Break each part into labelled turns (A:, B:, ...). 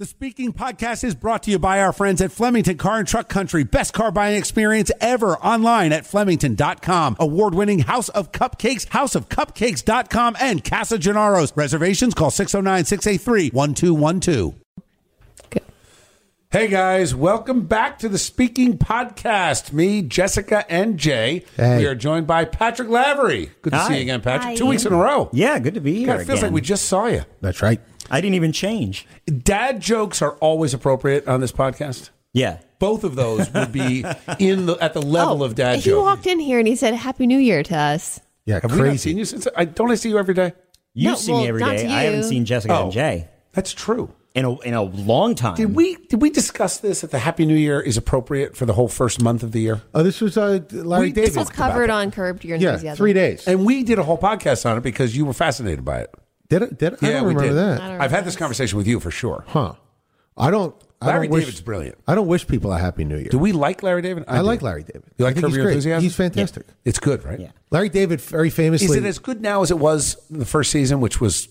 A: The Speaking Podcast is brought to you by our friends at Flemington Car and Truck Country. Best car buying experience ever online at Flemington.com. Award winning House of Cupcakes, houseofcupcakes.com, and Casa Gennaro's. Reservations call 609 683 1212. Hey guys, welcome back to the Speaking Podcast. Me, Jessica, and Jay.
B: Hey.
A: We are joined by Patrick Lavery. Good to see
C: Hi.
A: you again, Patrick.
D: Hi.
A: Two weeks in a row.
C: Yeah, good to be here.
A: God, it feels
C: again.
A: like we just saw you.
B: That's right.
C: I didn't even change.
A: Dad jokes are always appropriate on this podcast.
C: Yeah.
A: both of those would be in the at the level
B: Oh,
A: of dad
D: Oh, He
A: joke.
D: walked in here and he said, "Happy New Year" to us.
B: Yeah,
A: Have we not
B: crazy.
A: seen you since? I don't I see you every day.
C: You
D: No,
C: see
D: well,
C: me every
D: not
C: day.
D: to
C: I haven't
D: you.
C: seen Jessica
A: Oh.
C: and Jay
A: That's true.
C: in a, in a long time.
A: Did we did we discuss this that the Happy New Year is appropriate for the whole first month of the year?
B: oh, this was uh, Larry
A: We talked
B: David.
D: This was covered on Curbed Your
B: yeah,
D: Enthusiasm.
B: three days.
A: And we did a whole podcast on it because you were fascinated by it.
B: did it? Did it? I don't
A: we
B: remember
A: did.
B: that.
D: I don't
A: I've had this conversation with you for sure.
B: huh? I don't. I
A: Larry
B: don't wish,
A: David's brilliant.
B: I don't wish people a happy New Year.
A: Do we like Larry David?
B: I,
A: do.
B: like Larry David.
A: You
B: I
A: like
B: think
A: Curb
B: he's
A: Your
B: great.
A: Enthusiasm?
B: He's fantastic.
A: It's good, right?
C: Yeah.
B: Larry David very famously.
A: Is it as good now as it was the first season, which was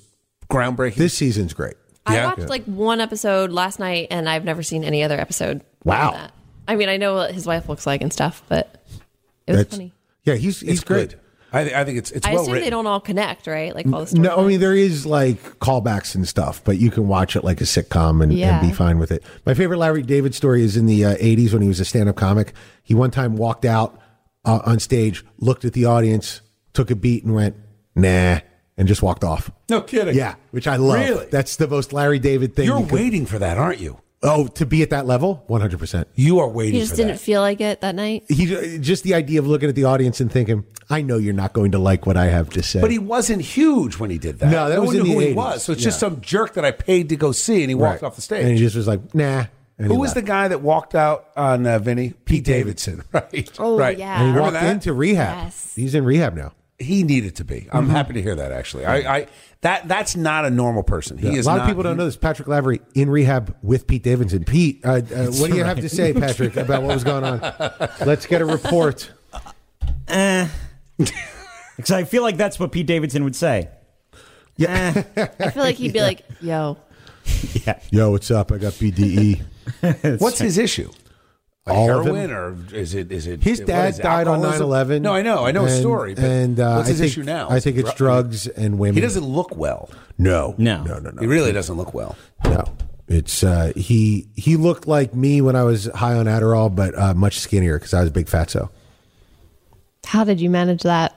A: groundbreaking?
B: this season's great.
A: Yeah.
D: I watched like one episode last night, and I've never seen any other episode.
B: Wow.
D: of that. I mean, I know what his wife looks like and stuff, but it was
B: That's-
D: funny.
B: Yeah, he's he's
A: it's
B: great.
A: good. I, th- I think it's it's
D: I
A: well
D: assume
A: written.
D: they don't all connect, right? Like all the
B: No, I
D: storylines.
B: mean there is like callbacks and stuff, but you can watch it like a sitcom and,
D: Yeah.
B: and be fine with it. My favorite Larry David story is in the uh, '80s when he was a stand-up comic. He one time walked out uh, on stage, looked at the audience, took a beat, and went "nah," and just walked off.
A: no kidding.
B: Yeah, which I love.
A: Really?
B: That's the most Larry David thing.
A: You're
B: you could-
A: waiting for that, aren't you?
B: oh, to be at that level, 100. percent
A: You are waiting
D: he
A: for
D: just didn't
A: that.
D: feel like it that night.
B: He uh, just the idea of looking at the audience and thinking, "I know you're not going to like what I have to say."
A: But he wasn't huge when he did that.
B: No, that was
A: one
B: in
A: knew
B: the
A: who he
B: 80s.
A: was. So it's just
B: Yeah.
A: some jerk that I paid to go see, and he
B: Right.
A: walked off the
B: and he
A: stage.
B: just was like, "Nah." and he
A: Who was
B: left.
A: the guy that walked out on uh, Vinny? Pete, Davidson, right?
D: Oh,
A: right.
D: yeah.
B: And he
D: Remember
B: walked
A: that?
B: into rehab.
D: Yes.
B: He's in rehab now.
A: He needed to be.
B: Mm-hmm.
A: I'm happy to hear that. Actually, I, I that that's not a normal person. He is
B: a lot
A: not-
B: of people don't know this. Patrick Lavery in rehab with Pete Davidson. Pete, uh, uh, what do you have to say, Patrick, about what was going on? Let's get a report.
C: Because I feel like that's what Pete Davidson would say.
D: I feel like he'd be like, "Yo,
B: Yo, what's up? I got E. BDE.
A: What's his issue? Like
B: All of
A: heroin, or is it? Is it?
B: His
A: what
B: dad
A: is it,
B: died on 9
A: alcoholism?
B: 11.
A: No, I know, I know his story. But
B: and uh,
A: what's his
B: I think,
A: issue now?
B: I think it's
A: Dr-
B: drugs and women.
A: He doesn't look well.
B: No.
C: No.
B: No, no, no.
A: He really doesn't look well.
B: No. It's uh, he he looked like me when I was high on Adderall, but uh, much skinnier because I was a big fatso.
D: how did you manage that?"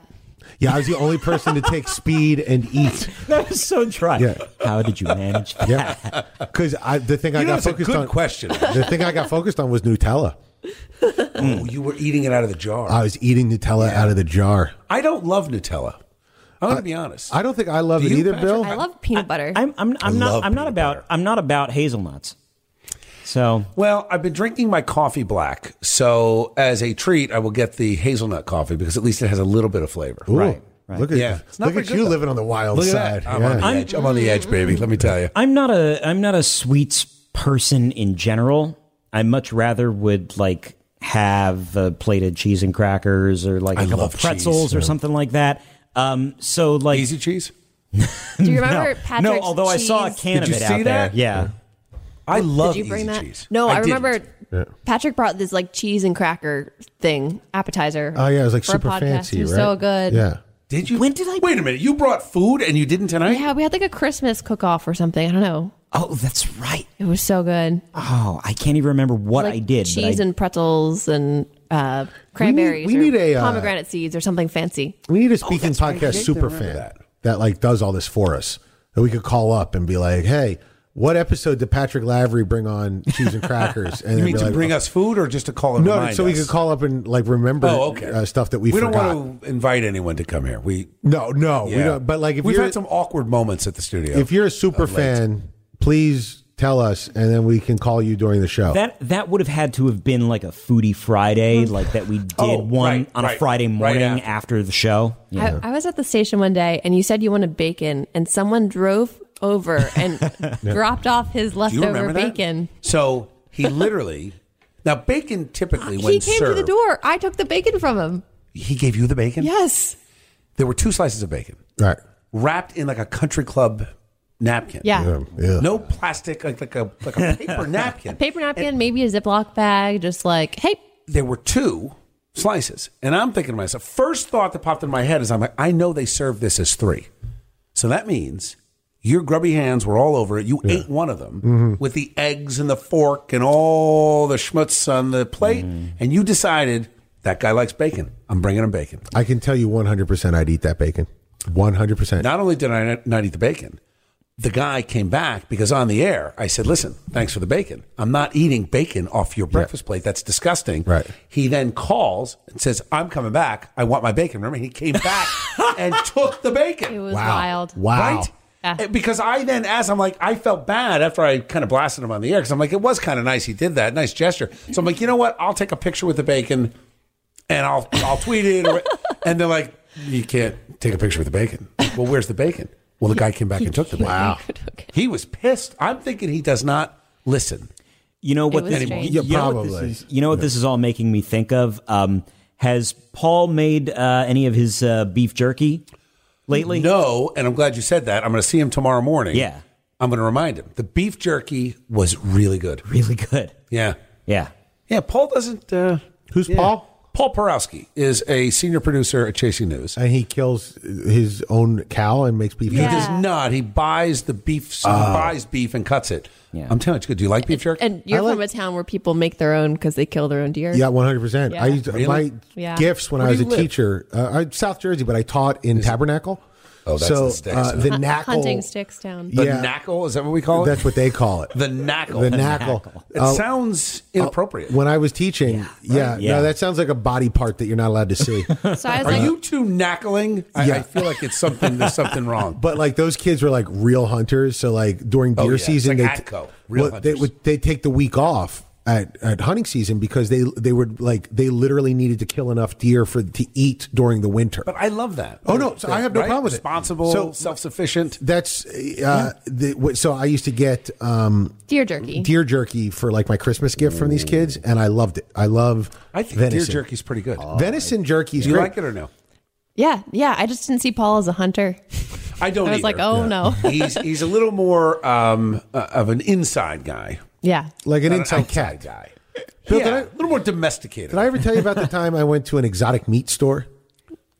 B: Yeah, I was the only person to take speed and eat.
C: That was so dry.
B: Yeah.
C: How did you manage that?
B: Yeah, because I the thing I
A: You know,
B: got
A: it's a
B: focused
A: good
B: on.
A: question.
B: The thing I got focused on was Nutella.
A: Oh, you were eating it out of the jar.
B: I was eating Nutella out of the jar.
A: I don't love Nutella. I'm going to be honest.
B: I don't think I love
A: Do
B: it
A: you,
B: either,
A: Patrick?
B: Bill.
D: I love peanut butter.
C: I'm, I'm, I'm
A: love
C: not, I'm not
A: peanut
C: about,
A: butter.
C: I'm not about hazelnuts. So
A: well, I've been drinking my coffee black. So, as a treat, I will get the hazelnut coffee because at least it has a little bit of flavor.
B: Ooh,
C: Right, right.
B: Look at
A: Yeah. It's not
B: look
A: very
B: at
A: good,
B: you
A: though.
B: living on the wild
A: Look
B: side.
A: at that. I'm, on the
B: Yeah.
A: edge. I'm on the edge, baby. Let me tell you.
C: I'm not a, I'm not a sweets person in general. I much rather would like have a plate of cheese and crackers or like a
A: I
C: couple
A: love
C: of pretzels
A: cheese,
C: or something like that. Um, so like,
A: Easy cheese?
D: Do you remember
C: no,
D: Patrick's
C: no, although I saw a
D: cheese?
C: can
A: Did
C: of
A: you
C: it
A: see that?
C: out there. Yeah.
A: I love
D: Did you bring
A: easy
D: that?
A: cheese.
D: No, I, remember
A: didn't.
D: Patrick brought this like cheese and cracker thing appetizer.
B: Oh yeah, it was like
D: for a
B: super
D: podcast.
B: fancy,
D: It was
B: right?
D: So good.
B: Yeah.
A: Did you?
C: When did I-
A: Wait a minute. You brought food and you didn't tonight?
D: Yeah, we had like a Christmas cook off or something. I don't know.
C: Oh, that's right.
D: It was so good.
C: Oh, I can't even remember what
D: Like
C: I did. but
D: cheese
C: I-
D: and pretzels and uh, cranberries.
B: we
D: or
B: need a, uh,
D: pomegranate seeds or something fancy.
B: We
A: Oh,
B: need a speaking podcast
A: Jake didn't
B: super
A: remember
B: fan
A: that.
B: that. like does all this for us. That we could call up and be like, "Hey, what episode did Patrick Lavery bring on cheese and crackers?" And
A: You
B: then
A: mean
B: be
A: to
B: like, "Oh,
A: bring us food or just to call and
B: No,
A: remind
B: so we
A: us?
B: could call up and like remember
A: Oh, okay.
B: uh, stuff that we,
A: we don't
B: forgot.
A: want to invite anyone to come here. We
B: No, no, we
A: Yeah.
B: don't. But like, if
A: we've
B: you're
A: had some awkward moments at the studio,
B: if you're a super fan, please tell us, and then we can call you during the show.
C: That that would have had to have been like a foodie Friday, like that we did
A: Oh,
C: one
A: right,
C: on a
A: right,
C: Friday
A: right
C: morning
A: after.
C: after. the show. Yeah.
D: I, I was at the station one day and you said you wanted bacon and someone drove over and dropped off his
A: do you remember
D: leftover
A: that?
D: bacon.
A: So he literally now bacon typically when
D: He came
A: served,
D: to the door. I took the bacon from him.
A: He gave you the bacon.
D: Yes.
A: There were two slices of bacon
B: right.
A: wrapped in like a country club napkin.
D: Yeah.
B: Um, Yeah.
A: No plastic, like like a like a paper napkin.
D: Paper napkin, maybe a Ziploc bag, just like, hey,
A: There were two slices, and I'm thinking to myself. First thought that popped in my head is I'm like, I know they serve this as three, so that means. Your grubby hands were all over it. You ate one of them with the eggs and the fork and all the schmutz on the plate, and you decided that guy likes bacon. I'm bringing him bacon.
B: I can tell you 100% I'd eat that bacon. 100%.
A: Not only did I not eat the bacon, the guy came back because on the air I said, "Listen, thanks for the bacon. I'm not eating bacon off your breakfast plate. That's disgusting."
B: Right.
A: He then calls and says, "I'm coming back. I want my bacon." Remember, he came back and took the bacon.
D: it was
B: Wow.
D: wild.
B: Wow.
A: Right?
D: Yeah.
A: Eh, Because I then asked, I'm like, I felt bad after I kind of blasted him on the air because I'm like, it was kind of nice he did that, nice gesture. So I'm like, you know what? I'll take a picture with the bacon, and I'll I'll tweet it. Or, and they're like, you can't take a picture with the bacon. Well, where's the bacon? Well, the guy came back and took the bacon. Wow, he was pissed. I'm thinking he does not listen.
C: You know what?
D: was
C: This,
D: strange.
C: you,
B: Yeah,
C: know what
B: probably.
C: this is, you know what this is all making me think of? Um, has Paul made uh, any of his uh, beef jerky lately?
A: No, and I'm glad you said that. I'm going to see him tomorrow morning.
C: Yeah.
A: I'm going to remind him. The beef jerky was really good.
C: Really good.
A: Yeah,
C: Yeah.
A: yeah. Paul doesn't. Uh,
B: Who's Paul? Oh,
A: Paul Porowski is a senior producer at Chasing News.
B: And he kills his own cow and makes beef.
A: He
D: Yeah.
A: does not. He buys the beef. He
B: Oh.
A: buys beef and cuts it.
C: Yeah.
A: I'm telling you, it's good. Do you like beef jerky?
D: And you're
B: I like-
D: from a town where people make their own because they kill their own deer.
B: Yeah, one hundred percent. I
D: Yeah.
B: used
A: Really?
B: my
D: Yeah.
B: gifts when I was
A: do
B: a
A: you live?
B: teacher. Uh, I South Jersey, but I taught in Tabernacle.
A: Oh, that's
B: so
A: the sticks.
B: uh, the knackle.
D: Hunting sticks down.
A: the
B: yeah.
A: knackle is that what we call it?
B: That's what they call it.
A: the knackle.
B: The knackle.
A: It sounds inappropriate.
B: When I was teaching, yeah,
C: Yeah.
B: no, that sounds like a body part that you're not allowed to see.
D: So I was
A: Are
D: like,
A: you two knackling? I, I
B: Yeah.
A: feel like it's something. There's something wrong.
B: but like those kids were like real hunters. So like during deer
A: Oh, yeah. It's
B: season,
A: like
B: they
A: Atco, real
B: they
A: hunters.
B: would they take the week off at, at hunting season because they they would like they literally needed to kill enough deer for to eat during the winter.
A: But I love that.
B: Oh, no, so I have no
A: Right?
B: problem with it.
A: Responsible,
B: So-
A: self-sufficient.
B: That's uh, the, what- so I used to get um,
D: deer jerky.
B: deer jerky for like my Christmas gift from these kids, and I loved it. I love
A: I think
B: venison.
A: deer jerky's pretty good.
B: venison jerky. Is
A: Do you
B: great.
A: like it or no?
D: Yeah, yeah. I just didn't see Paul as a hunter.
A: I don't.
D: I was like,
A: either.
D: oh no.
A: he's he's a little more um, uh, of an inside guy,
D: Yeah.
B: Like an
A: not an
B: inside
A: outside
B: cat.
A: guy.
B: Bill,
A: yeah,
B: did I-
A: a little more domesticated.
B: Did I ever tell you about the time I went to an exotic meat store?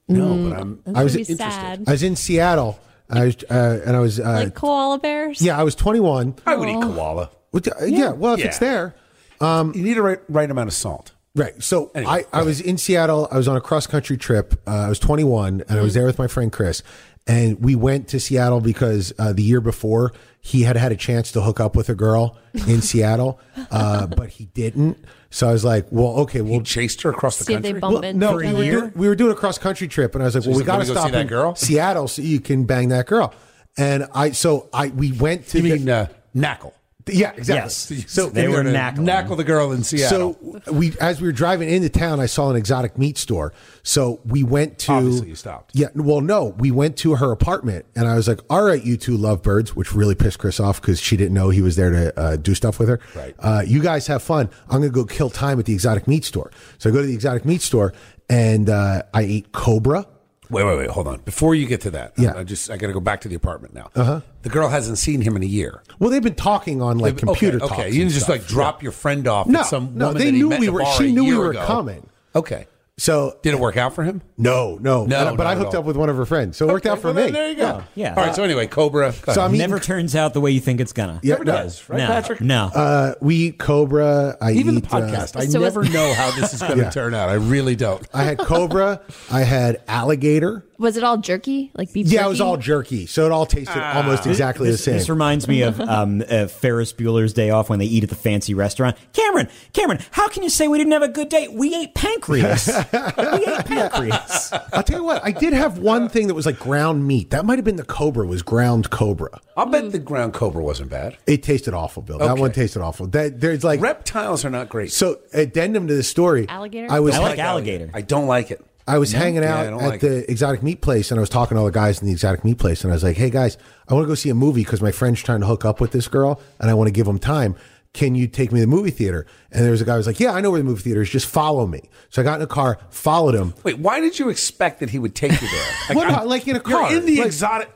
A: no, but I'm
B: I was
D: Pretty
B: interested.
D: sad.
B: I was in Seattle. I was, uh, and I was uh,
D: Like koala bears.
B: yeah, I was 21.
A: I would eat koala.
B: What the- yeah. well, if
A: Yeah.
B: it's there,
A: You need a right, right amount of salt.
B: Right. So
A: Anyway,
B: I, I was in Seattle. I was on a cross country trip. Uh, I was 21 and I was
A: Mm-hmm.
B: there with my friend Chris. And we went to Seattle because uh, the year before he had had a chance to hook up with a girl in Seattle, uh, but he didn't. So I was like, well, okay,
A: He
B: well,
A: chased her across the
D: See if they
A: country.
D: bump into
B: no,
D: each
B: we
D: other.
B: were, doing, we were doing a cross country trip, and I was like, "Well, we
A: he's like, "Let
B: got to
A: me go
B: stop
A: see that
B: in
A: girl?"
B: Seattle so you can bang that girl." And I, so I, we went to
A: you
B: the-
A: mean uh, knackle?
B: yeah, exactly.
C: Yes.
B: So
C: They were
A: You're gonna
C: knackling.
A: Knackle the girl in Seattle.
B: So we, as we were driving into town, I saw an exotic meat store. So we went to.
A: Obviously, you stopped.
B: Yeah. Well, no, we went to her apartment, and I was like, "All right, you two lovebirds," which really pissed Chris off because she didn't know he was there to uh, do stuff with her.
A: Right.
B: Uh, you guys have fun. I'm gonna go kill time at the exotic meat store. So I go to the exotic meat store, and uh, I ate cobra.
A: wait, wait, wait. Hold on. Before you get to that,
B: Yeah.
A: I, I just I got to go back to the apartment now. Uh-huh. The girl hasn't seen him in a year.
B: Well, they've been talking on like computer
A: Okay,
B: talks
A: okay. you
B: and
A: didn't just
B: stuff.
A: like drop your friend off.
B: No,
A: at some
B: no,
A: woman
B: they
A: that he
B: knew
A: met
B: we
A: at the
B: were-
A: bar
B: she
A: a
B: knew we
A: year
B: were
A: ago.
B: coming.
A: Okay,
B: So
A: did it work out for him?
B: no, no,
A: No,
B: But I
A: not at
B: hooked
A: all.
B: up with one of her friends, so it worked out for
A: Well,
B: me.
A: There you go.
C: Yeah.
A: All right. So anyway, Cobra. go
B: So
A: ahead.
B: I'm eating
C: Never turns out the way you think it's gonna.
B: Yeah, no.
A: does, right,
C: no,
A: Patrick?
C: No.
B: Uh, we eat cobra. I
A: Even the
B: eat, uh,
A: podcast, I
D: So was-
A: never know how this is going to
B: Yeah.
A: turn out. I really don't.
B: I had cobra. I had alligator.
D: Was it all jerky? Like beef
B: Yeah,
D: jerky?
B: it was all jerky, so it all tasted
A: Ah.
B: almost exactly
C: this,
B: the same.
C: this reminds me of um, uh, Ferris Bueller's Day Off when they eat at the fancy restaurant. Cameron, Cameron, how can you say we didn't have a good day? We ate pancreas. we ate pancreas.
B: I'll tell you what. I did have one thing that was like ground meat. That might have been the cobra. Was ground cobra.
A: I'll bet the ground cobra wasn't bad.
B: It tasted awful, Bill. That
A: Okay.
B: one tasted awful. That there's like
A: Reptiles are not great.
B: so addendum to the story.
D: Alligator?
B: I was
C: I like
B: hang-
C: alligator.
A: I don't like it.
B: I was hanging
A: Yeah, I
B: out
A: don't
B: at
A: like
B: the exotic meat place, and I was talking to all the guys in the exotic meat place, and I was like, "Hey guys, I want to go see a movie because my friend's trying to hook up with this girl, and I want to give him time. Can you take me to the movie theater?" And there was a guy who was like, "Yeah, I know where the movie theater is. Just follow me." So I got in a car, followed him.
A: Wait, why did you expect that he would take you there?
B: What
A: I'm-
B: about, like, in a
A: You're
B: car?
A: in the
B: Like-
A: exotic.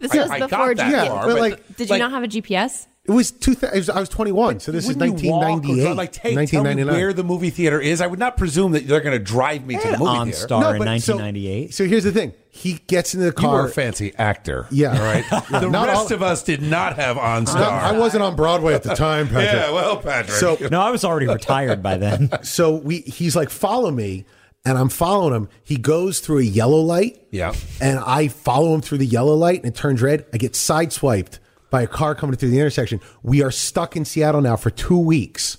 D: This
A: I-
D: was
A: I got
D: before
A: that
D: GPS.
A: far,
B: Yeah, but like-
D: Did you not have a GPS?
B: It was two. Th- it was, I was 21, so this is
A: Wouldn't you walk or drive?
B: 1998,
A: Like, hey, tell me
B: 1999.
A: where the movie theater is. I would not presume that they're going to drive me to the
C: Head
A: movie
C: on
A: theater.
C: star in
B: but so-
C: 1998.
B: So, here's the thing: he gets into the
A: You were
B: car.
A: a fancy actor.
B: Yeah.
A: All right. the
B: Not
A: rest
B: all-
A: of us did not have OnStar.
B: No, I wasn't on Broadway at the time, Patrick.
A: yeah, well, Patrick.
B: So
C: No, I was already retired by then.
B: so we he's like follow me and i'm following him he goes through a yellow light
A: Yeah.
B: and i follow him through the yellow light and it turns red i get sideswiped by a car coming through the intersection we are stuck in seattle now for two weeks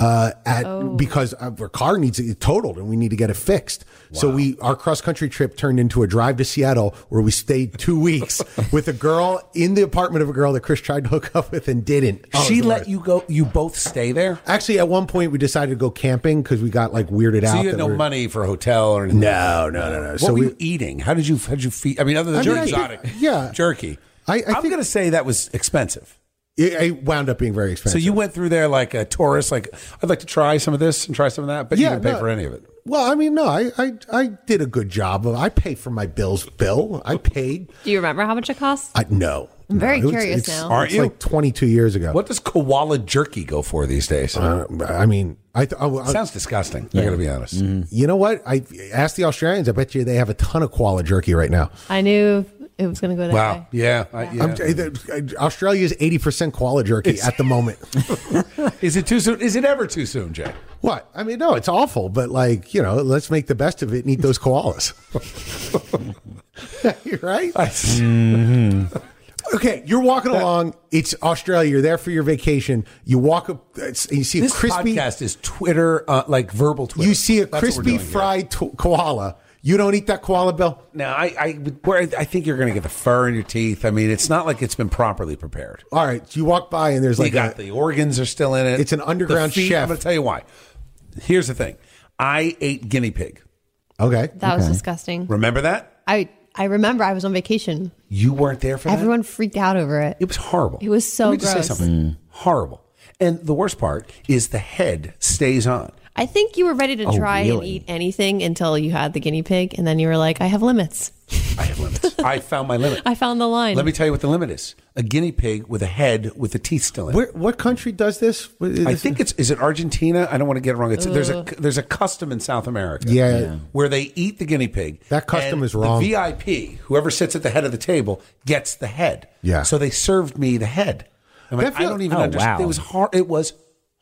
B: uh, at because our car needs it totaled and we need to get it fixed. So we our cross country trip turned into a drive to Seattle where we stayed two weeks with a girl in the apartment of a girl that Chris tried to hook up with and didn't. Oh, it was
A: she
B: the
A: let
B: worst.
A: you go. You both stay there.
B: Actually, at one point we decided to go camping because we got like weirded out.
A: So you
B: that
A: had no
B: we're-
A: money for a hotel or anything.
B: No, no, no, no.
A: What
B: so
A: were
B: we,
A: you eating? How did you how did you feed? I mean, other than
B: I mean, I
A: exotic,
B: think- yeah.
A: jerky.
B: I- I
A: am
B: think-
A: going to say that was expensive.
B: it, it wound up being very
A: So
B: expensive.
A: you went through there like a tourist. Like I'd like to try some of this and try some of that, but you
B: Yeah,
A: didn't pay
B: no.
A: for any of it.
B: well, I mean, no, I, I, I did a good job. of I paid for my bills. Bill, I paid.
D: Do you remember how much it cost?
B: I no.
D: I'm very
B: No, it's-
D: curious
B: it's,
D: now.
A: Aren't
B: it's like twenty two years ago.
A: What does koala jerky go for these days?
B: Uh, I mean, I, th- I, I
A: Sounds disgusting. I got to be honest.
B: you know what? I asked the Australians. I bet you they have a ton of koala jerky right now.
D: I knew it was going to go that
A: Wow.
D: way.
A: Yeah. I, yeah.
B: I'm- I- Australia is eighty percent koala jerky at the moment.
A: Is it too soon? Is it ever too soon, Jay?
B: What? I mean, no, it's awful, but like, you know, let's make the best of it and eat those koalas. You're right? Mm. Okay, you're walking along. It's Australia. You're there for your vacation. You walk up, it's- you see a
A: this
B: crispy,
A: podcast is Twitter, uh, like verbal Twitter.
B: you see a
A: That's what we're
B: crispy
A: doing here.
B: fried to- koala. You don't eat that koala, Bill?
A: Now, I, I, would- where I think you're going to get the fur in your teeth. I mean, it's not like it's been properly prepared.
B: All right, you walk by and there's
A: They
B: like
A: got
B: a-
A: the organs are still in it.
B: It's an underground
A: The feet-
B: chef.
A: I'm going to tell you why. Here's the thing. I ate guinea pig.
B: okay.
D: That was disgusting.
A: Remember that?
D: I I remember I was on vacation.
A: You weren't there for that.
D: Everyone freaked out over it.
A: It was horrible.
D: It was so
A: Let me just
D: gross.
A: say something. Horrible. And the worst part is the head stays on.
D: I think you were ready
A: Oh,
D: to try and
C: really?
D: eat anything until you had the guinea pig, and then you were like, "I have limits.
A: I have limits. I found my limit.
D: I found the line."
A: Let me tell you what the limit is: a guinea pig with a head with the teeth still in. it.
B: Where, what country does this?
A: I think it's is it Argentina? I don't want to get it wrong. It's, there's a there's a custom in South America,
B: Yeah. Yeah.
A: where they eat the guinea pig.
B: That custom
A: and
B: is wrong.
A: The VIP, whoever sits at the head of the table, gets the head.
B: Yeah.
A: So they served me the head. I'm like,
B: That feel-
A: I don't even
C: Oh,
A: understand.
C: wow.
A: It was hor- It was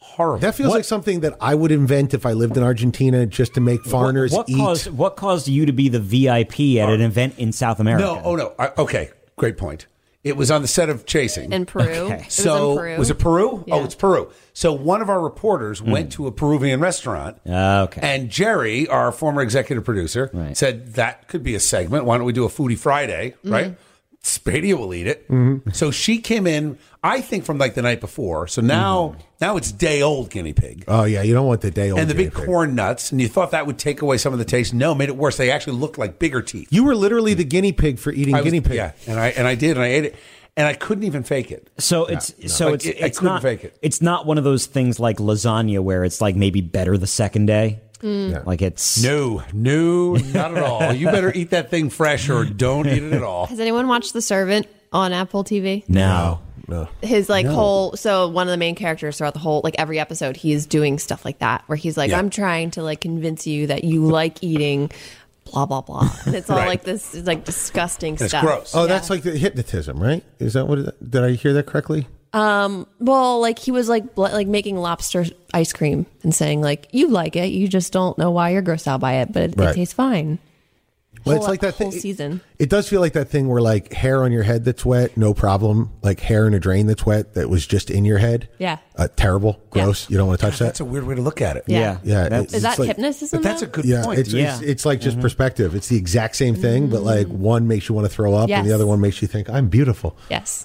A: horrible.
B: That feels like something that I would invent if I lived in Argentina just to make foreigners
C: What
B: eat.
C: caused what caused you to be the VIP at an event in South America?
A: no. Oh no. I, okay. Great point. It was on the set of Chasing.
D: in Peru. It was in
A: So
D: Peru.
A: was it Peru?
D: Yeah.
A: Oh, it's Peru. So one of our reporters
B: Hmm.
A: went to a Peruvian restaurant.
B: Ah,
C: Okay.
A: And Jerry, our former executive producer,
C: Right.
A: said that could be a segment. Why don't we do a Foodie Friday?
D: Mm-hmm.
A: Right. Spadia will eat it.
B: Mm-hmm.
A: So she came in, I think, from like the night before. So now, now it's day old guinea pig.
B: Mm-hmm. Oh yeah, you don't want the day old.
A: and the big
B: guinea pig.
A: corn nuts, and you thought that would take away some of the taste. No, made it worse. They actually looked like bigger teeth.
B: You were literally the guinea pig for eating
A: I was-
B: guinea pig.
A: Yeah, and I and I did, and I ate it, and I couldn't even fake it.
C: So it's so
A: Like,
C: it's
A: it- I
C: it's
A: couldn't
C: not
A: fake it.
C: it's not one of those things like lasagna where it's like maybe better the second day. Like it's
A: Mm. No, no, not at all. You better eat that thing fresh or don't eat it at all.
D: Has anyone watched The Servant on Apple TV?
C: no.
B: No.
D: his like whole so one of the main characters throughout the whole like every episode he is doing stuff like that where he's like
A: Yeah.
D: i'm trying to like convince you that you like eating blah blah blah and it's all
A: Right.
D: like this like disgusting
A: It's
D: stuff
A: gross.
B: Oh, that's like the hypnotism, right? Is that what? It, did I hear that correctly?
D: well like he was like bl- like making lobster ice cream and saying like you like it you just don't know why you're grossed out by it but it,
B: Right.
D: it tastes fine
B: Well,
D: Whole- whole
B: it-
D: season.
B: It, does feel like that thing where like hair on your head that's wet, no problem. Like hair in a drain that's wet that was just in your head.
D: Yeah.
B: Uh, terrible,
D: Yeah.
B: gross. You don't want to touch
A: That's
B: that.
A: a weird way to look at it.
D: Yeah.
C: Yeah.
B: Yeah,
C: That's,
D: is
B: It's
D: that
B: like-
D: hypnotism
A: But that's a
D: though?
A: good
B: yeah,
A: point.
B: it's, it's
C: Yeah.
B: it's like just perspective. It's the exact same thing, but like one makes you want to throw up, and the
D: Yes.
B: other one makes you think I'm beautiful.
D: yes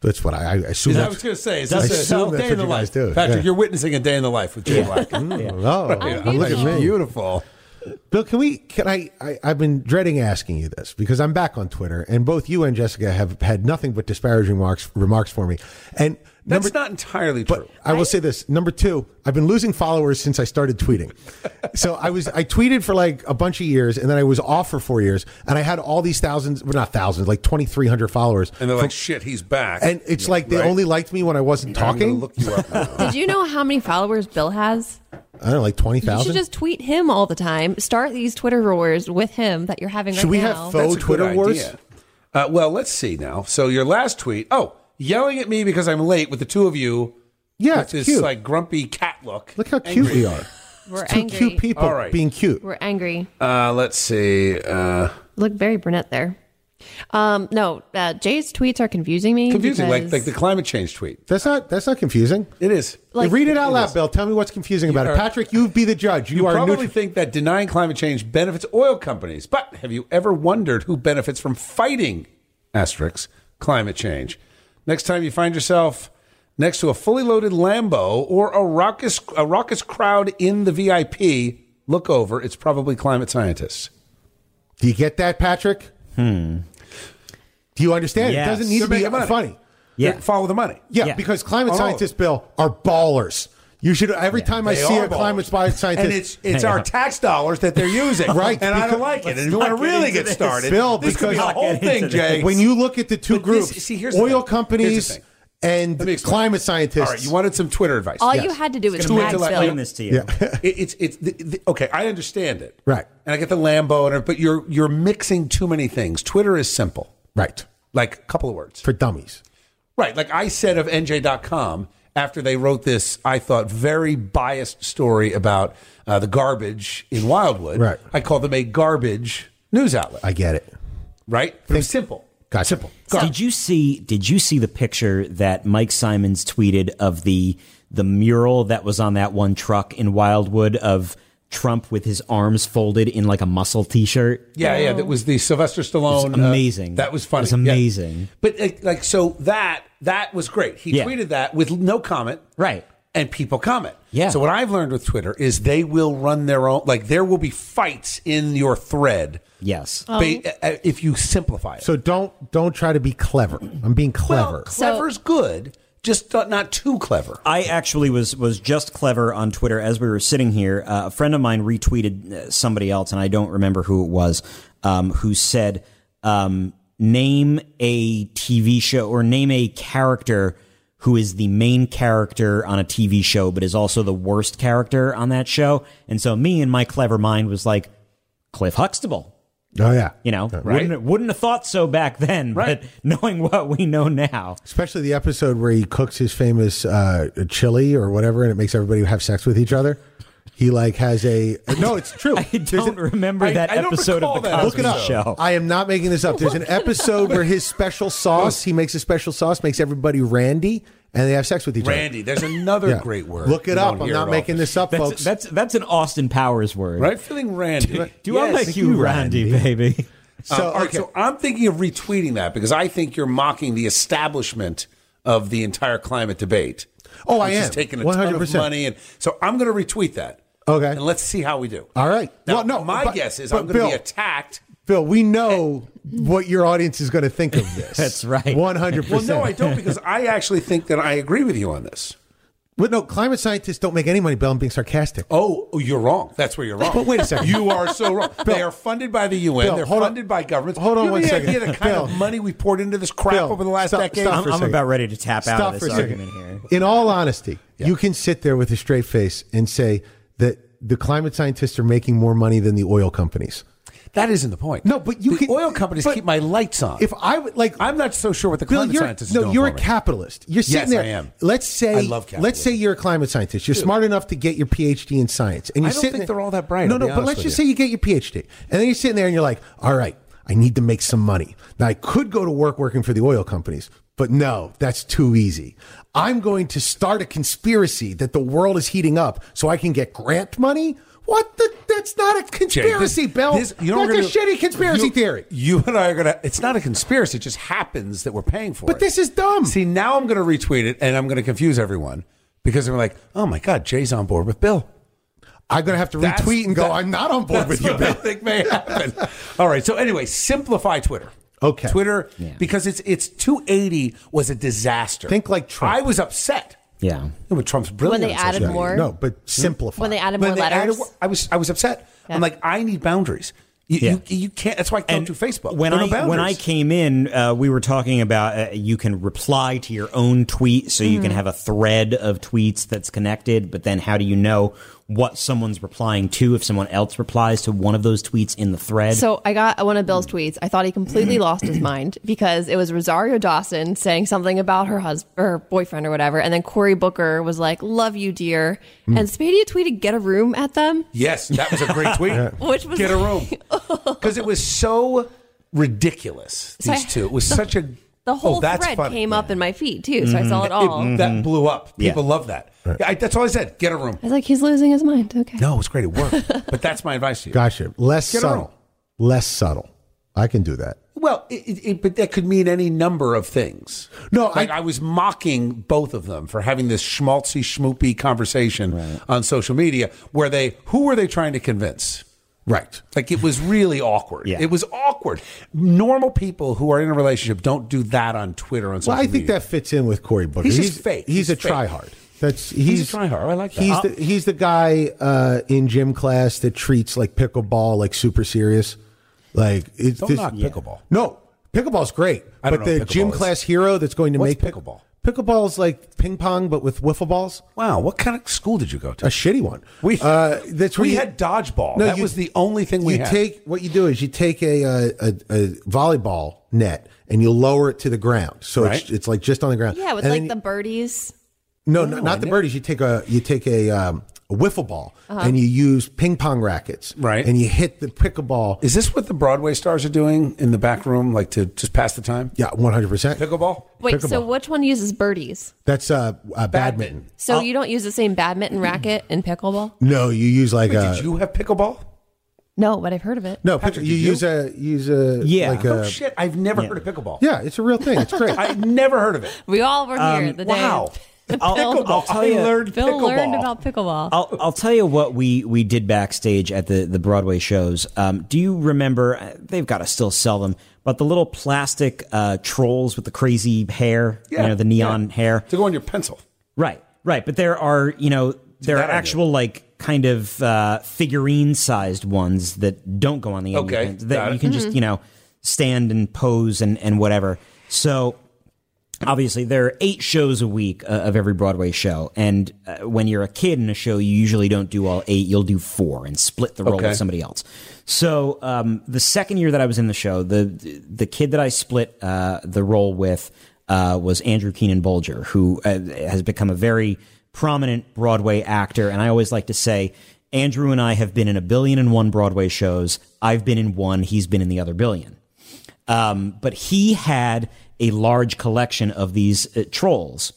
B: That's what I, I assume.
A: I
B: That's,
A: was going to say, is
B: I
A: this a
B: assume that's
A: day
B: what
A: in the
B: you
A: life?
B: guys do.
A: Patrick,
B: Yeah. Mm.
A: you're witnessing a day in the life with Jay Black.
B: oh, look at me.
A: Beautiful.
B: Bill, can we? Can I, I? I've been dreading asking you this because I'm back on Twitter, and both you and Jessica have had nothing but disparaging remarks remarks for me. And
A: That's
B: number,
A: not entirely true.
B: but I will say this: number two, I've been losing followers since I started tweeting. so I was I tweeted for like a bunch of years, and then I was off for four years, and I had all these thousands, well, not thousands, like twenty three hundred followers,
A: and they're like, shit, he's back.
B: and it's like they
A: Right.
B: only liked me when I wasn't
A: I'm gonna
B: talking.
A: look you up. now.
D: Did you know how many followers Bill has?
B: I don't know, like twenty
D: You should
B: thousand.
D: just tweet him all the time. Start these Twitter wars with him that you're having right
B: Should we have
D: now.
B: fo-
A: That's a
B: Twitter
A: good
B: wars?
A: idea. Uh, well, let's see now. So your last tweet. Oh, yelling at me because I'm late with the two of you.
B: Yeah,
A: with
B: it's
A: this
B: cute.
A: like grumpy cat look.
B: Look how cute we are.
D: We're
B: Two
D: angry.
B: cute people
A: All right.
B: being cute.
D: We're angry.
A: Uh, let's see. Uh,
D: Look very brunette there. Um, no, uh, Jay's tweets are confusing me.
A: confusing, like
D: because-
A: like the climate change tweet.
B: That's not that's not confusing.
A: It is.
D: Like-
B: read it out loud, Bill. Tell me what's confusing about
A: are-
B: it. Patrick, you be the judge. You,
A: You
B: are
A: probably
B: neutral.
A: think that denying climate change benefits oil companies, but have you ever wondered who benefits from fighting asterisks climate change? Next time you find yourself next to a fully loaded Lambo or a raucous a raucous crowd in the VIP, look over. It's probably climate scientists.
B: Do you get that, Patrick? Hmm. Do you understand?
C: Yes.
B: It doesn't need
A: They're
B: to
A: making
B: be
A: money.
B: funny.
C: Yeah.
A: They follow the money.
B: Yeah,
C: Yeah.
B: because climate
A: Oh.
B: scientists, Bill, are ballers. You should every time I
A: They
B: see
A: are
B: a climate
A: ballers.
B: scientist,
A: and it's it's our tax dollars that they're using,
B: Right,
A: And I don't
B: because-
A: like it. And if
C: Let's
A: you want to
C: not get
A: really
C: into
A: get
C: this.
A: started,
B: Bill,
A: this could be a
B: because-
A: whole
C: Let's not get
A: thing,
C: into this.
A: Jay.
B: when you look at the two
A: But this-
B: groups,
A: see, here's the
B: oil
A: thing. Here's the
B: companies
A: thing.
B: and
A: Let me explain.
B: climate scientists.
A: All right, you wanted some Twitter advice.
D: all you
B: Yes.
D: had to do was
A: It's gonna
D: tag
A: be like-
D: Bill.
C: Explain this to you.
A: It- it's it's the, the, okay. I understand it,
B: Right.
A: And I get the Lambo, and but you're you're mixing too many things. Twitter is simple,
B: right
A: like a couple of words,
B: for dummies.
A: right? Like I said of NJ.com after they wrote this, I thought very biased story about uh, the garbage in Wildwood.
B: Right.
A: I called them a garbage news outlet.
B: I get it.
A: right. But it was simple.
B: Gotcha.
A: Simple.
C: Did you see? Did you see the picture that Mike Simons tweeted of the the mural that was on that one truck in Wildwood of Trump with his arms folded in like a muscle T-shirt?
A: Yeah, yeah, that was the Sylvester Stallone.
C: It was amazing.
A: uh, that was
C: It
A: funny.
C: was
A: yeah.
C: amazing.
A: But uh, like, so that that was great. He
C: Yeah.
A: tweeted that with no comment,
C: Right.
A: And people comment.
C: Yeah.
A: So what I've learned with Twitter is they will run their own. Like there will be fights in your thread.
C: Yes.
A: Ba- uh, if you simplify it.
B: So don't don't try to be clever. I'm being
A: Well,
B: clever.
A: clever's good, just not- not too clever.
C: I actually was was just clever on Twitter as we were sitting here. Uh, a friend of mine retweeted uh, somebody else, and I don't remember who it was, um, who said, um, "Name a TV show or name a character who is the main character on a TV show, but is also the worst character on that show." And so, me and my clever mind was like, "Cliff Huxtable."
B: oh yeah.
C: You know, wouldn't wouldn't have thought so back then,
A: Right.
C: but knowing what we know now,
B: Especially the episode where he cooks his famous uh, chili or whatever, and it makes everybody have sex with each other. He like has a no. It's true.
C: I don't remember
A: I-
C: that
A: I don't
C: episode
A: recall
C: of the
A: that
C: Cosby
B: Look it up.
C: Show.
B: I am not making this up. There's an episode where his special sauce. He makes a special sauce, makes everybody Randy, and they have sex with each
A: Randy, there's another
B: other. Yeah.
A: great word.
B: Look
A: you
B: it
A: don't
B: up. I'm
A: hear
B: not
A: it
B: making
A: often.
B: this up,
C: That's,
B: folks.
C: that's that's an Austin Powers word.
A: Right, feeling Randy.
C: Do I
A: Yes.
C: like you, Randy, baby? uh,
B: so,
A: Um, All right,
B: okay.
A: so I'm thinking of retweeting that because I think you're mocking the establishment of the entire climate debate.
B: Oh, I
A: which
B: am.
A: Is taking a ton of
B: 100%.
A: money, and so I'm going to retweet that.
B: Okay.
A: and let's see how we do.
B: All right.
A: Now,
B: Well, no,
A: my
B: but-
A: guess is
B: but
A: I'm going to be
B: Bill-
A: attacked.
B: Phil, we know what your audience is going to think of this.
C: That's right.
B: One hundred
A: Well,
B: percent.
A: no, I don't because I actually think that I agree with you on this.
B: But no, climate scientists don't make any money. Bill, I'm being sarcastic.
A: Oh, oh, you're wrong. That's where you're wrong.
B: But wait a second.
A: you are so wrong. they are funded by the UN.
B: Bill,
A: They're
B: hold on.
A: funded by governments.
B: Hold
A: you
B: on
A: have
B: one
A: any
B: second.
A: idea the kind of
B: Bill.
A: money we poured into this crap
B: Bill,
A: over the last
B: stop-
A: decade?
B: stop
C: I'm,
B: for a
C: I'm
B: second.
C: about ready to tap
B: Stop
C: out of
B: for
C: this
B: a second.
C: argument here.
B: In all honesty, you can sit there with a straight face and say that the climate scientists are making more money than the oil companies.
A: That isn't the point.
B: No, but you
A: the
B: can-
A: oil companies
B: but
A: keep my lights on.
B: If I would like,
A: I'm not so sure what the
B: Bill,
A: climate
B: you're-
A: scientists are
B: No,
A: doing
B: you're
A: for
B: a
A: me.
B: capitalist. You're sitting
A: Yes,
B: there.
A: I am.
B: Let's say
A: I love
B: Let's say
A: capitalism.
B: you're a climate scientist. You're smart enough to get your PhD in science, and you're
A: I don't
B: sitting
A: think
B: there-
A: they're all that bright,
B: No,
A: I'll
B: no,
A: be
B: but
A: honest
B: let's
A: with
B: just
A: you.
B: say you get your PhD, and then you're sitting there and you're like, all right, I need to make some money. Now I could go to work working for the oil companies, but no, that's too easy. I'm going to start a conspiracy that the world is heating up so I can get grant money. What the? That's not a
A: Jay, this-
B: conspiracy, Bill.
A: this- you know what
B: that's
A: we're
B: a
A: gonna do?
B: shitty conspiracy
A: You-
B: theory.
A: You and I are gonna. It's not a conspiracy. It just happens that we're paying for it.
B: But this is dumb.
A: See, now I'm gonna retweet it, and I'm gonna confuse everyone because they're like, "Oh my God, Jay's on board with Bill."
B: I'm gonna have to
A: That's-
B: retweet and go.
A: that-
B: I'm not on board with
A: That's
B: you,
A: what I
B: Bill.
A: think may happen. All right. So anyway, simplify Twitter.
B: Okay.
A: Twitter because it's it's 280 was a disaster.
B: Think like Trump.
A: I was upset.
C: Yeah.
A: No, but Trump's brilliant.
D: When they
A: on social
D: added
A: media.
D: more- Hmm?
B: No, but simplify.
D: When they added
A: When
D: more
A: they
D: letters,
A: added- I was I was upset.
D: Yeah.
A: I'm like I need boundaries. You,
C: Yeah.
A: you, you can't. That's why I don't do Facebook.
C: When
A: There are
C: I
A: no boundaries.
C: when I came in, uh, we were talking about uh, you can reply to your own tweet, so you can have a thread of tweets that's connected. But then, how do you know what someone's replying to if someone else replies to one of those tweets in the thread?
D: So I got one of Bill's tweets. I thought he completely lost his mind because it was Rosario Dawson saying something about her husband or boyfriend or whatever, and then Cory Booker was like, "Love you, dear,"
A: Hmm.
D: and Spadia tweeted, "Get a room at them,"
A: Yes, that was a great tweet.
D: which was
A: Get a room because it was so ridiculous.
D: So I-
A: These two. It was such a
D: the whole
A: oh, that's
D: thread
A: funny. Mm-hmm.
D: came up in my feed too, so I saw it
A: It-
D: all.
A: That blew up.
C: Yeah.
A: People love that. I, that's all I said. Get a room.
D: I was like, "He's losing his mind." Okay,
A: No, it's great. It worked. but that's my advice to you.
B: Gotcha. Less
A: Get a room.
B: subtle. Less subtle. I can do that.
A: Well, it, it, it, but that could mean any number of things.
B: No,
A: like
B: I-
A: I, was mocking both of them for having this schmaltzy, schmoopy conversation on social media where they, who were they trying to convince?
B: Right.
A: Like it was really awkward.
C: Yeah.
A: It was awkward. Normal people who are in a relationship don't do that on Twitter on social
B: Well, I think
A: media.
B: that fits in with Corey Booker.
A: He's just fake.
B: He's,
A: He's
B: a
A: fake.
B: tryhard. That's he's,
A: a tryhard. I like that.
B: He's the he's the guy uh, in gym class that treats like pickleball like super serious. Like it's
A: Don't
B: this-
A: knock Yeah. pickleball.
B: No, pickleball's great.
A: I don't
B: but
A: know
B: the
A: what
B: gym
A: pickleball is.
B: class hero that's going to
A: What's
B: make pick-
A: pickleball?
B: Pickleball's like ping pong but with wiffle balls.
A: wow, what kind of school did you go
B: A
A: to?
B: shitty one.
A: We-
B: uh, that's where
A: we
B: you-
A: had dodgeball. That was the only thing we
B: you
A: had.
B: take. What you do is you take a uh, a, a volleyball net and you lower it to the ground, so it's,
A: Right.
B: it's like just on the ground.
D: yeah, with
B: And then
D: like the birdies.
B: No, no,
A: I
B: not the
A: never-
B: birdies. You take a you take a, um, a wiffle ball
D: Uh-huh.
B: and you use ping pong rackets,
A: Right.
B: And you hit the pickleball.
A: Is this what the Broadway stars are doing in the back room, like to just pass the time?
B: Yeah, one hundred percent.
A: Pickleball?
D: Wait, so
B: Pickleball.
D: which one uses birdies?
B: That's uh, uh badminton.
D: So you don't use the same badminton racket in pickleball?
B: No, you use like a
A: Did you have pickleball?
D: No, but I've heard of it.
B: no.
A: Patrick,
B: pick- you,
A: did you?
B: use a use a
C: Yeah.
B: Like
A: Oh
B: a,
A: shit! I've never heard of pickleball.
B: yeah, it's a real thing. It's great.
A: I never heard of it.
D: We all were here the day.
A: Um, Wow.
C: I'll,
D: Bill-
C: I'll tell you.
A: I learned
D: Bill
A: pickleball.
D: learned about pickleball.
C: I'll, I'll tell you what we, we did backstage at the, the Broadway shows. Um, do you remember? uh, They've got to still sell them, but the little plastic uh, trolls with the crazy hair, you know, the neon
A: yeah.
C: hair.
A: to go on your pencil.
C: Right, right. But there are, you know,
A: that
C: there are
A: I knew.
C: actual like kind of uh, figurine sized ones that don't go on the end.
A: Okay,
C: You can-
A: got
C: that
A: it.
C: you can just you know stand and pose and and whatever. So obviously there are eight shows a week uh, of every broadway show and uh, when you're a kid in a show you usually don't do all eight you'll do four and split the role
A: Okay.
C: with somebody else so um, the second year that i was in the show the the kid that i split uh, the role with uh, was andrew keenan bolger who uh, has become a very prominent broadway actor and i always like to say andrew and i have been in a billion and one broadway shows i've been in one he's been in the other billion um, but he had a large collection of these uh, trolls,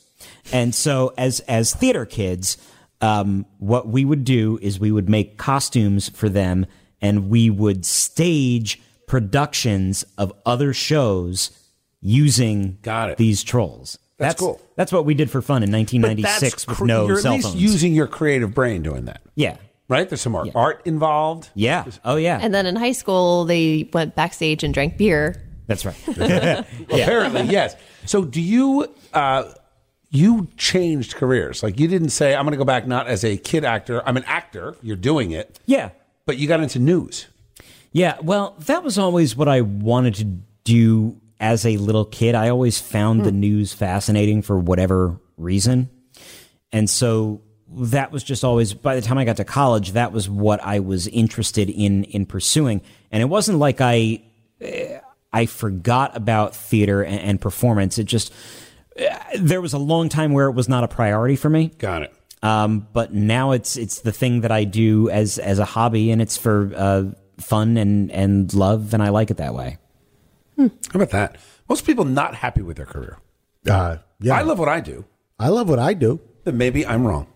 C: and so as as theater kids, um, what we would do is we would make costumes for them, and we would stage productions of other shows using
A: Got it.
C: these trolls.
A: That's cool.
C: That's what we did for fun in
A: But
C: 1996
A: that's
C: with
A: cre-
C: no
A: you're at
C: cell
A: least
C: phones.
A: using your creative brain doing that,
C: yeah,
A: right? There's some art, art involved.
C: yeah, oh yeah,
D: And then in high school, they went backstage and drank beer.
C: that's right.
A: Apparently, yes. So, do you uh, you changed careers? Like, you didn't say, "I'm going to go back not as a kid actor. I'm an actor. You're doing it,"
C: yeah.
A: but you got into news.
C: Yeah, well, that was always what I wanted to do as a little kid. I always found the news fascinating for whatever reason. And so that was just always by the time I got to college, that was what I was interested in in pursuing. And it wasn't like I eh, I forgot about theater and, and performance. It just eh, there was a long time where it was not a priority for me
A: Got it.
C: um, but now it's it's the thing that I do as as a hobby, and it's for uh, fun and and love, and I like it that way.
A: How about that? Most people not happy with their career.
B: uh, yeah,
A: I love what I do.
B: I love what I do.
A: Then maybe I'm wrong.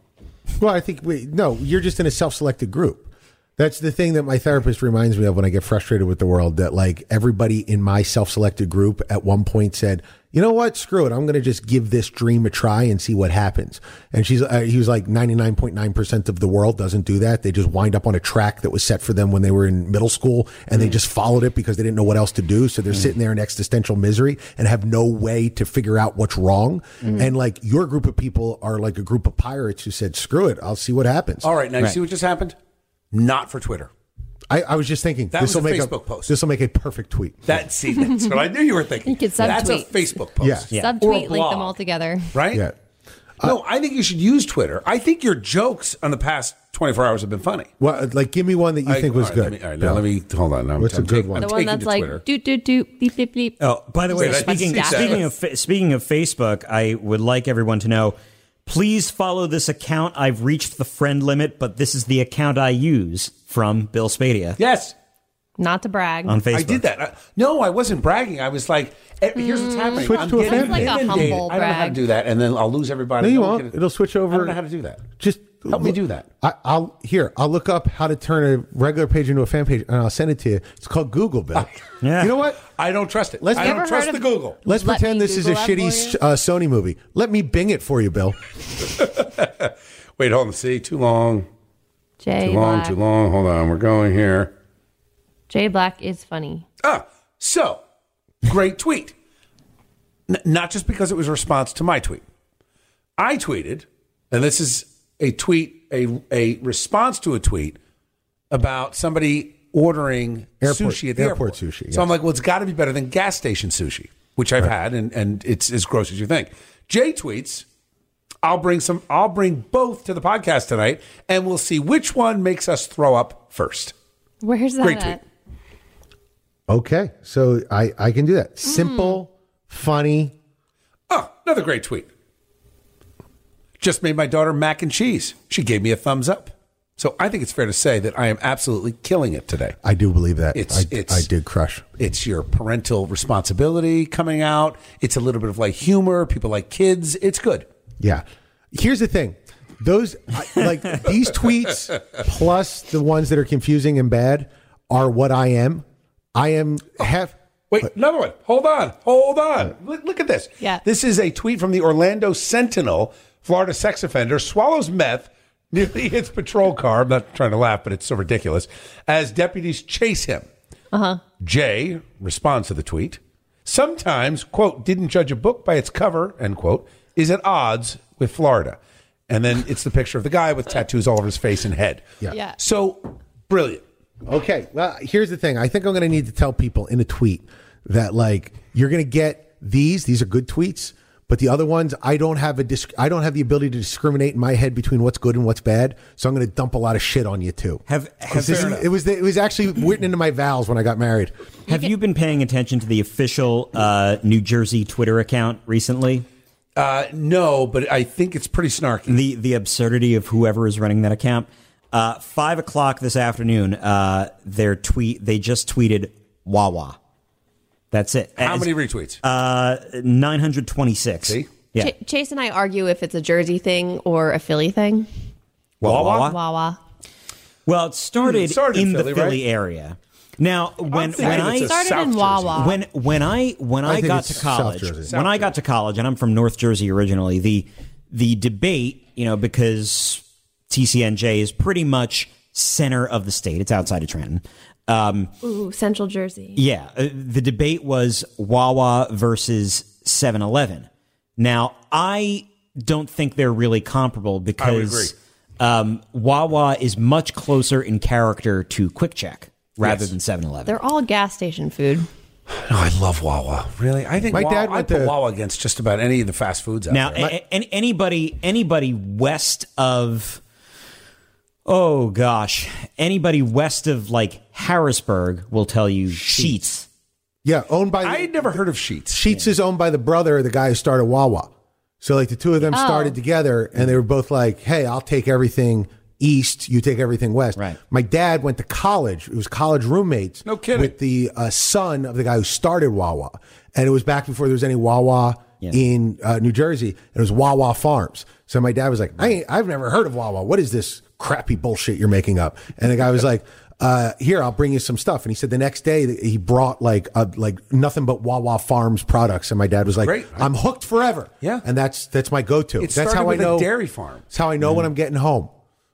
B: Well, I think we no, you're just in a self-selected group. That's the thing that my therapist reminds me of when I get frustrated with the world that like everybody in my self-selected group at one point said, you know what? Screw it. I'm going to just give this dream a try and see what happens. And she's, uh, he was like 99.9% of the world doesn't do that. They just wind up on a track that was set for them when they were in middle school and they
A: Mm.
B: just followed it because they didn't know what else to do. So they're sitting there in existential misery and have no way to figure out what's wrong.
A: Mm.
B: And like your group of people are like a group of pirates who said, screw it. I'll see what happens.
A: All right, now you see what just happened? Not for Twitter.
B: I, I was just thinking
A: That
B: this will
A: was a
B: make
A: Facebook post.
B: This will make a perfect tweet.
A: That see, that's what I knew you were thinking.
D: You could
A: that's a
D: subtweet.
A: Facebook post.
B: Yeah.
C: Yeah.
A: Or a
D: Subtweet, link
A: blog.
D: them all together.
A: Right?
B: Yeah.
A: no, I think you should use Twitter. I think your jokes on the past 24 hours have been funny.
B: Well, like give me one that you
A: I
B: think was
A: all right,
B: good.
A: Let me, all right, now let me hold on. I'm,
B: What's a
A: I'm
B: good
A: taking-
B: one?
A: I'm
D: The one
A: taking
D: that's
A: to
D: like
A: Twitter.
D: doot doot doot beep beep beep.
C: Oh, by the way,
A: Yeah, that's
C: speaking,
A: exactly-
C: speaking of fa- speaking of Facebook, I would like everyone to know. Please follow this account. I've reached the friend limit, but this is the account I use from Bill Spadia
A: Yes.
D: Not to brag.
C: on Facebook.
A: I did that. I- no, I wasn't bragging. I was like, eh, here's what's happening.
B: Switch
A: I'm
B: to a
A: getting
B: fan That's like
D: Mm. a
A: inundated.
D: humble
A: I don't know how to
D: brag.
A: do that, and then I'll lose everybody.
B: No, you
A: one
B: won't.
A: can-
B: It'll switch
A: I
B: over-
A: don't know how to do that.
B: Just
A: Help me do that.
B: I, I'll here. I'll look up how to turn a regular page into a fan page, and I'll send it to you. It's called Google, Bill.
C: Yeah.
B: You know what?
A: I don't trust it.
B: Let's-
A: I
B: You
A: don't
D: ever
A: trust
D: heard
A: the
D: of-
A: Google.
B: Let's
D: Let
B: pretend
D: me
B: this is a
D: Google that
B: shitty
D: for
B: uh, Sony movie. Let me Bing it for you, Bill.
A: Wait, hold on. See, too long.
D: Jay
A: Too long,
D: Black.
A: too long. Hold on. We're going here.
D: Jay Black is funny.
A: Ah, so great tweet. N- not just because it was a response to my tweet. I tweeted, and this is a tweet, a, a response to a tweet about somebody ordering
B: Airport-
A: sushi at the airport.
B: airport sushi, yes.
A: So I'm like, well, it's got to be better than gas station sushi, which I've had, and, and it's as gross as you think. Jay tweets, I'll bring some. I'll bring both to the podcast tonight, and we'll see which one makes us throw up first.
D: Where's that
A: Great tweet.
D: at?
B: Okay, so I I can do
D: Hmm.
B: that. Simple, funny.
A: Oh, another great tweet. Just made my daughter mac and cheese. She gave me a thumbs up. So I think it's fair to say that I am absolutely killing it today.
B: I do believe that.
A: It's-
B: I,
A: it's-
B: I did crush.
A: It's your parental responsibility coming out. It's a little bit of like humor. People like kids. It's good.
B: Yeah. Here's the thing. Those I- like these tweets plus the ones that are confusing and bad are what I am. I am half
A: Wait, another one. Hold on. Hold on. Look, look at this.
D: Yeah.
A: This is a tweet from the Orlando Sentinel. Florida sex offender swallows meth, nearly hits patrol car. I'm not trying to laugh, but it's so ridiculous. As deputies chase him.
D: Uh-huh.
A: Jay responds to the tweet. Sometimes, quote, didn't judge a book by its cover, end quote, is at odds with Florida. And then it's the picture of the guy with tattoos all over his face and head.
B: Yeah.
D: Yeah.
A: So brilliant.
B: Okay. Well, here's the thing. I think I'm going to need to tell people in a tweet that like you're going to get these. These are good tweets, but the other ones I don't have a disc- I don't have the ability to discriminate in my head between what's good and what's bad. So I'm going to dump a lot of shit on you too.
C: Have-
A: Oh,
B: 'Cause
C: have-
B: this
C: fair
B: is-
C: enough.
B: it was the, it was actually written into my vows when I got married.
C: Have you been paying attention to the official uh, New Jersey Twitter account recently?
A: Uh, no, but I think it's pretty snarky.
C: The the absurdity of whoever is running that account. Uh, Five o'clock this afternoon. Uh, their tweet. They just tweeted Wawa. That's it.
A: How many retweets?
C: Nine hundred twenty six.
A: See?
C: Yeah.
D: Ch- Chase and I argue if it's a Jersey thing or a Philly thing.
A: Wawa?
D: Wawa. Hmm.
C: Well, it started,
A: It started
C: in
A: in
C: the
A: Philly,
C: Philly area. Now, when
A: thinking
C: when
A: it's
C: I
A: a
D: started
A: South
D: in
A: Jersey.
D: Wawa.
C: when when I when I,
B: think
C: got
B: it's
C: to
B: South
C: college,
B: Jersey.
C: when
B: South
C: I got to college, and I'm from North Jersey originally, the the debate, you know, because TCNJ is pretty much center of the state. It's outside of Trenton. Um,
D: Ooh, Central Jersey.
C: yeah, uh, the debate was Wawa versus 7-Eleven. Now, I don't think they're really comparable because um, Wawa is much closer in character to Quick Check rather than 7-Eleven.
D: They're all gas station food.
B: Oh,
A: No, I love Wawa. Really, I think
B: My
A: Wawa,
B: dad
A: I
B: went
A: put
B: to-
A: Wawa against just about any of the fast foods out
C: Now,
A: there.
C: a- a- an- anybody anybody west of oh gosh, anybody west of like Harrisburg will tell you Sheets.
B: Yeah, owned by
A: I had never heard of Sheets.
B: Sheets is owned by the brother of the guy who started Wawa. So like the two of them started together and they were both like, "Hey, I'll take everything east, you take everything west."
C: Right.
B: My dad went to college. It was college roommates
A: No kidding.
B: with the uh, son of the guy who started Wawa. And it was back before there was any Wawa in uh, New Jersey. It was Wawa Farms. So my dad was like, I ain't, I've never heard of Wawa. What is this crappy bullshit you're making up? And the guy was like, uh, here, I'll bring you some stuff. And he said the next day that he brought like a, like nothing but Wawa Farms products. And my dad was like,
A: Great.
B: I'm hooked forever.
A: Yeah.
B: And that's that's my go to.
A: It
B: That's
A: started
B: how I
A: with a
B: know
A: dairy farm. Mm.
B: That's how I know when I'm getting home.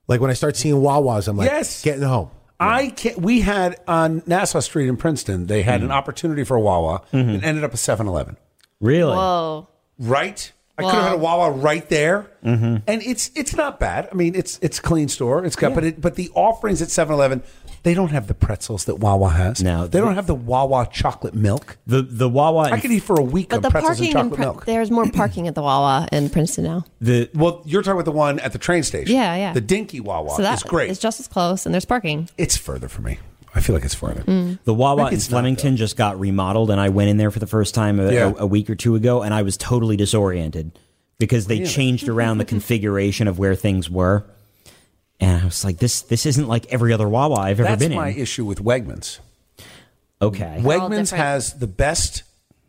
B: Like when I start seeing Wawas, I'm like,
A: Yes.
B: getting home.
A: I can't, we had on Nassau Street in Princeton, they had an
B: Mm-hmm.
A: opportunity for a Wawa and ended up a 7 Eleven.
C: Really?
D: Whoa.
A: Right? I could have had a Wawa right there.
B: Mm-hmm.
A: And it's it's not bad. I mean, it's it's a clean store. It's got but it but the offerings at 7-Eleven, they don't have the pretzels that Wawa has.
C: No.
A: They don't have the Wawa chocolate milk.
C: the the Wawa
A: I
C: in
A: could eat for a week
D: But
A: on
D: the
A: pretzels and
D: parking, in
A: chocolate
D: Prin-
A: milk.
D: there's more parking at the Wawa in Princeton now.
C: the
A: Well, you're talking about the one at the train station.
D: Yeah, yeah.
A: The Dinky Wawa
D: So that's
A: is great.
D: It's just as close, and there's parking.
A: it's further for me. I feel like it's further.
D: Mm.
C: The Wawa
A: Maybe
C: in
A: it's not,
C: Flemington just got remodeled, and I went in there for the first time a,
A: Yeah.
C: a, a week or two ago, and I was totally disoriented because they changed around the configuration of where things were, and I was like, "This this isn't like every other Wawa I've ever
A: That's
C: been
A: my
C: in."
A: issue with Wegmans.
C: Okay,
A: Wegmans
D: different.
A: has the best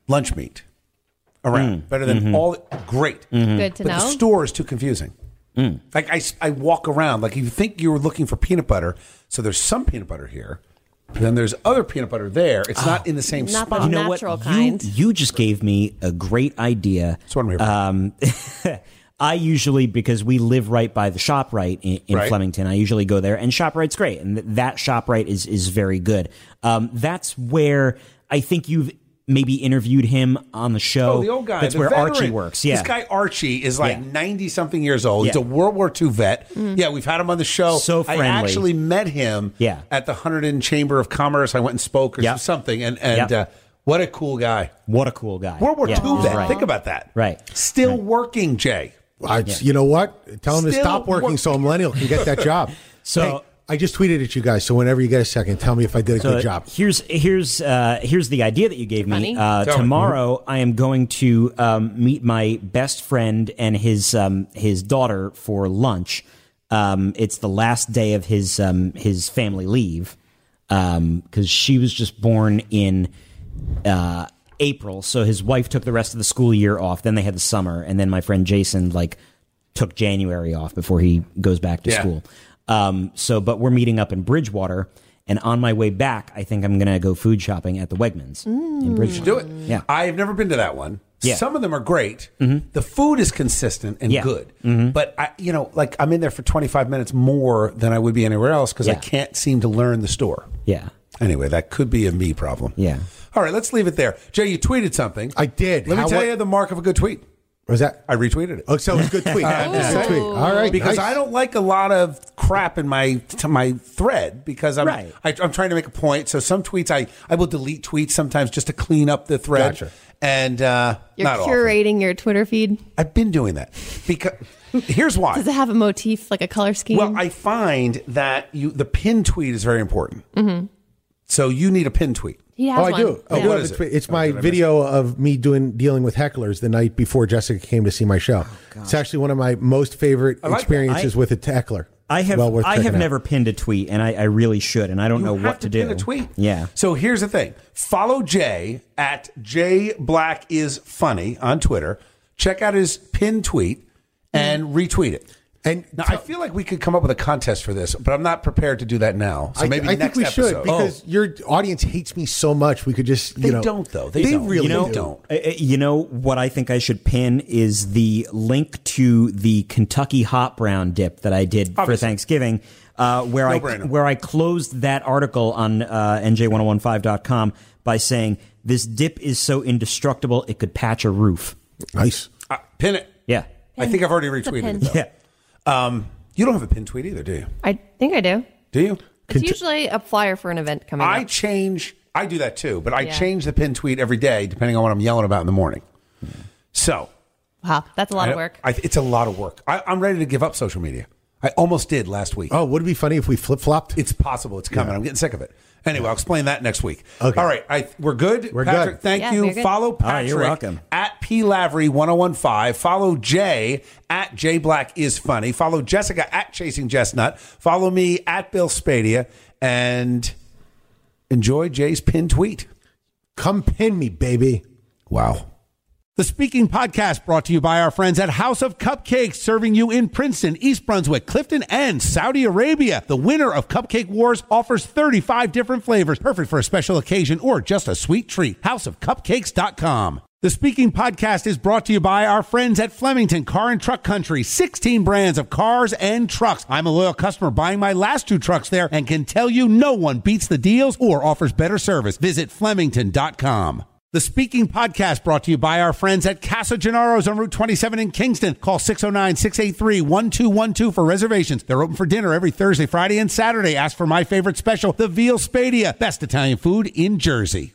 A: lunch meat around, better than all. Great,
D: Good to
A: Mm-hmm. but the
D: know.
A: store is too confusing. Like I, s- I walk around like you think you were looking for peanut butter, so there's some peanut butter here, then there's other peanut butter there. It's not in the same
D: Ah, Not
A: spot.
D: the
C: you know what?
D: natural
C: You-
D: kind.
C: You, just gave me a great idea.
A: That's what I'm here for.
C: Um, I usually because we live right by the Shoprite in, in
A: Right.
C: Flemington. I usually go there, and Shoprite's great, and th- that Shoprite is is very good. Um, that's where I think you've maybe interviewed him on the show.
A: Oh, the old guy.
C: That's
A: the
C: where
A: veteran.
C: Archie works. Yeah,
A: This guy Archie is like
C: Yeah.
A: 90 something years old. He's a
C: Yeah. Mm-hmm.
A: World War II vet. Yeah, we've had him on the show.
C: So friendly.
A: I actually met him
C: Yeah.
A: at the Hunterdon Chamber of Commerce. I went and spoke or
C: Yep.
A: something. And, and
C: Yep.
A: uh, what a cool guy.
C: what a cool guy.
A: World War
C: Yeah,
A: II
C: he's
A: vet.
C: right.
A: Think about that.
C: Right.
A: Still working, Jay.
B: I, You know what? Tell him to
A: Still
B: stop working
A: work-
B: so a millennial can get that job.
C: So-
B: Hey, I just tweeted at you guys. So whenever you get a second, tell me if I did a
C: So
B: good job.
C: Here's here's uh, here's the idea that you gave me.
D: Funny.
C: Uh,
A: Tell me.
C: tomorrow, I am going to um, meet my best friend and his um, his daughter for lunch. Um, it's the last day of his um, his family leave because she was just born in uh, April, so his wife took the rest of the school year off. Then they had the summer, and then my friend Jason like took January off before he goes back to
A: Yeah.
C: school. Um, so, but we're meeting up in Bridgewater, and on my way back, I think I'm gonna go food shopping at the Wegmans in Bridgewater.
A: Do it.
C: Mm. Yeah.
A: I've never been to that one.
C: Yeah. Mm-hmm.
A: Some of them are great. The food is consistent and
C: Yeah. Mm-hmm.
A: good. But I, you know, like I'm in there for 25 minutes more than I would be anywhere else because I
C: Yeah.
A: can't seem to learn the store.
C: Yeah,
A: Anyway, that could be a me problem.
C: Yeah.
A: All right, let's leave it there. Jay, you tweeted something.
B: I did.
A: Let
B: How-
A: me tell you the mark of a good tweet.
B: Was that?
A: I retweeted it.
B: Oh, so it was a good tweet. It was a good tweet. All right.
A: Because
B: nice.
A: I don't like a lot of crap in my to my thread because I'm
C: Right.
A: I, I'm trying to make a point. So some tweets I, I will delete tweets sometimes just to clean up the thread.
B: Gotcha.
A: And uh,
D: You're
A: not often.
D: curating your Twitter feed.
A: I've been doing that because here's why.
D: Does it have a motif like a color scheme?
A: Well, I find that you the pin tweet is very important. So you need a pin tweet.
D: he has
B: Oh, I
D: one.
B: do. Oh,
D: Yeah.
B: what
A: is
B: is
A: it?
B: it? It's my video of me doing dealing with hecklers the night before Jessica came to see my show. it's actually one of my most favorite
A: like that.
B: experiences
C: I-
B: with a heckler.
C: I have
B: Well worth
C: I have
B: checking out.
C: never pinned a tweet, and I, I really should, and I don't know
A: You
C: what
A: have
C: to,
A: pin
C: do.
A: A tweet.
C: Yeah.
A: So here's the thing: follow Jay at Jay Black is funny on Twitter. Check out his pin tweet and retweet it.
B: And
A: Now I
B: tell-
A: feel like we could come up with a contest for this, but I'm not prepared to do that now. So
B: I-
A: maybe
B: I,
A: next
B: think we
A: episode.
B: should because your audience hates me so much. We could just you
A: They
B: know,
A: don't, though. They don't.
B: really
A: You know-
B: do.
A: don't.
C: Uh, uh, You know what I think I should pin is the link to the Kentucky hot brown dip that I did for
A: Obviously.
C: Thanksgiving, uh, where I
A: No-brainer.
C: where I closed that article on uh, nj1015.com by saying this dip is so indestructible it could patch a roof.
B: Nice.
A: Uh, pin it.
C: Yeah,
A: I think I've already
D: a
A: retweeted.
D: pin.
A: it, though.
C: yeah.
A: Um, you don't have a pin tweet either, do you?
D: I think I do.
A: Do you?
D: It's usually a flyer for an event coming
A: I
D: up.
A: change. I do that too, but I
D: Yeah.
A: change the pin tweet every day depending on what I'm yelling about in the morning. So
D: Wow, that's a lot
A: I-
D: of work.
A: I, it's a lot of work. I, I'm ready to give up social media. I almost did last week.
B: Oh, would it be funny if we flip flopped?
A: It's possible. It's coming. I'm getting sick of it. Anyway, I'll explain that next week.
B: Okay.
A: All right. I, we're good.
B: We're
A: Patrick,
B: good.
A: thank
D: Yeah,
A: you.
D: we're good.
A: Follow
C: All right,
A: Patrick
C: you're welcome.
A: at P Lavery 1015. Follow Jay at J Black is funny. Follow Jessica at Chasing Chestnut. Follow me at Bill Spadia and enjoy Jay's pinned tweet.
B: Come pin me, baby.
A: Wow. The Speaking Podcast brought to you by our friends at House of Cupcakes, serving you in Princeton, East Brunswick, Clifton, and Saudi Arabia. The winner of Cupcake Wars offers 35 different flavors, perfect for a special occasion or just a sweet treat. Houseofcupcakes.com. The Speaking Podcast is brought to you by our friends at Flemington Car and Truck Country, 16 brands of cars and trucks. I'm a loyal customer buying my last two trucks there and can tell you no one beats the deals or offers better service. Visit Flemington.com. The Speaking Podcast brought to you by our friends at Casa Gennaro's on Route 27 in Kingston. Call 609 683 1212 for reservations. They're open for dinner every Thursday, Friday, and Saturday. Ask for my favorite special, the Veal Spadia, best Italian food in Jersey.